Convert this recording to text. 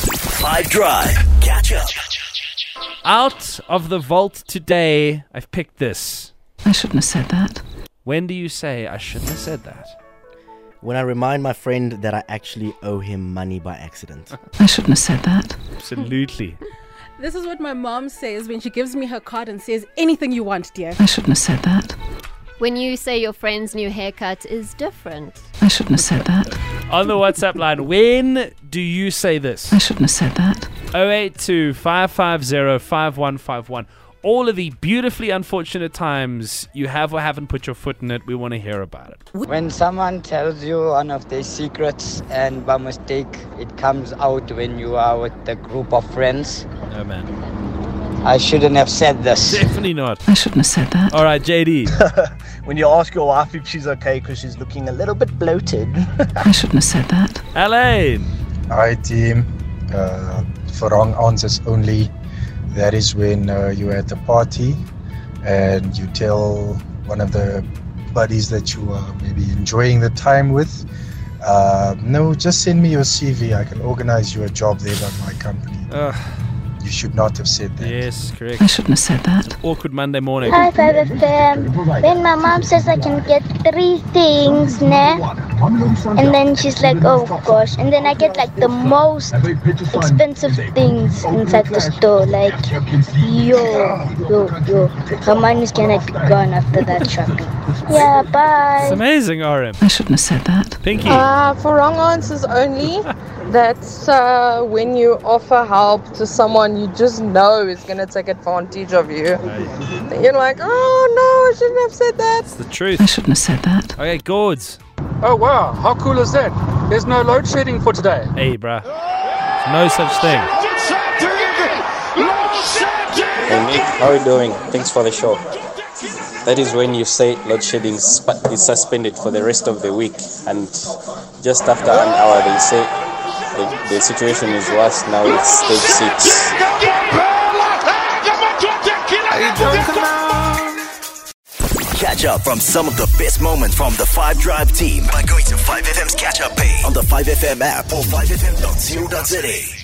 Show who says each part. Speaker 1: Five Drive. Catch up.
Speaker 2: Out of the vault today, I've picked this.
Speaker 3: I shouldn't have said that.
Speaker 2: When do you say I shouldn't have said that?
Speaker 4: When I remind my friend that I actually owe him money by accident.
Speaker 3: I shouldn't have said that.
Speaker 2: Absolutely.
Speaker 5: This is what my mom says when she gives me her card and says, anything you want, dear.
Speaker 3: I shouldn't have said that.
Speaker 6: When you say your friend's new haircut is different.
Speaker 3: I shouldn't have said that.
Speaker 2: On the WhatsApp line, when do you say this?
Speaker 3: I shouldn't have said that.
Speaker 2: 082 550 5151. All of the beautifully unfortunate times you have or haven't put your foot in it, we want to hear about it.
Speaker 7: When someone tells you one of their secrets and by mistake it comes out when you are with a group of friends,
Speaker 2: No, man.
Speaker 7: I shouldn't have said this.
Speaker 2: Definitely not.
Speaker 3: I shouldn't have said that.
Speaker 2: All right, JD.
Speaker 8: When you ask your wife if she's okay because she's looking a little bit bloated.
Speaker 3: I shouldn't have said that.
Speaker 2: Alain.
Speaker 9: Hi, team. Uh, for wrong answers only, that is when uh, you're at the party and you tell one of the buddies that you are maybe enjoying the time with, uh, no, just send me your CV. I can organize you a job there at my company.
Speaker 2: Ugh,
Speaker 9: You should not have said that.
Speaker 2: yes, correct.
Speaker 3: I shouldn't have said that.
Speaker 2: Awkward Monday morning.
Speaker 10: Hi, Five FM. When my mom says I can get three things, nah, and then she's like, oh gosh, and then I get like the most expensive things inside the store, like, yo, yo, yo. Her money's gonna be gone after that shopping. Yeah,
Speaker 2: It's
Speaker 10: bye.
Speaker 2: amazing, RM.
Speaker 3: I shouldn't have said that.
Speaker 2: Pinky.
Speaker 11: Uh, for wrong answers only, that's uh, when you offer help to someone you just know is going to take advantage of you. You're like, oh no, I shouldn't have said that.
Speaker 2: It's the truth.
Speaker 3: I shouldn't have said that.
Speaker 2: Okay, Gord's.
Speaker 9: Oh, wow. How cool is that? There's no load shedding for today.
Speaker 2: Hey, bruh. There's no such thing.
Speaker 8: Nick, how are you doing? Thanks for the show. That is when you say load shedding sp- is suspended for the rest of the week, and just after an hour, they say the, the situation is worse now. It's stage six.
Speaker 1: Catch up from some of the best moments from the Five Drive team by going to 5FM's catch up page on the 5FM app or 5FM.co.za.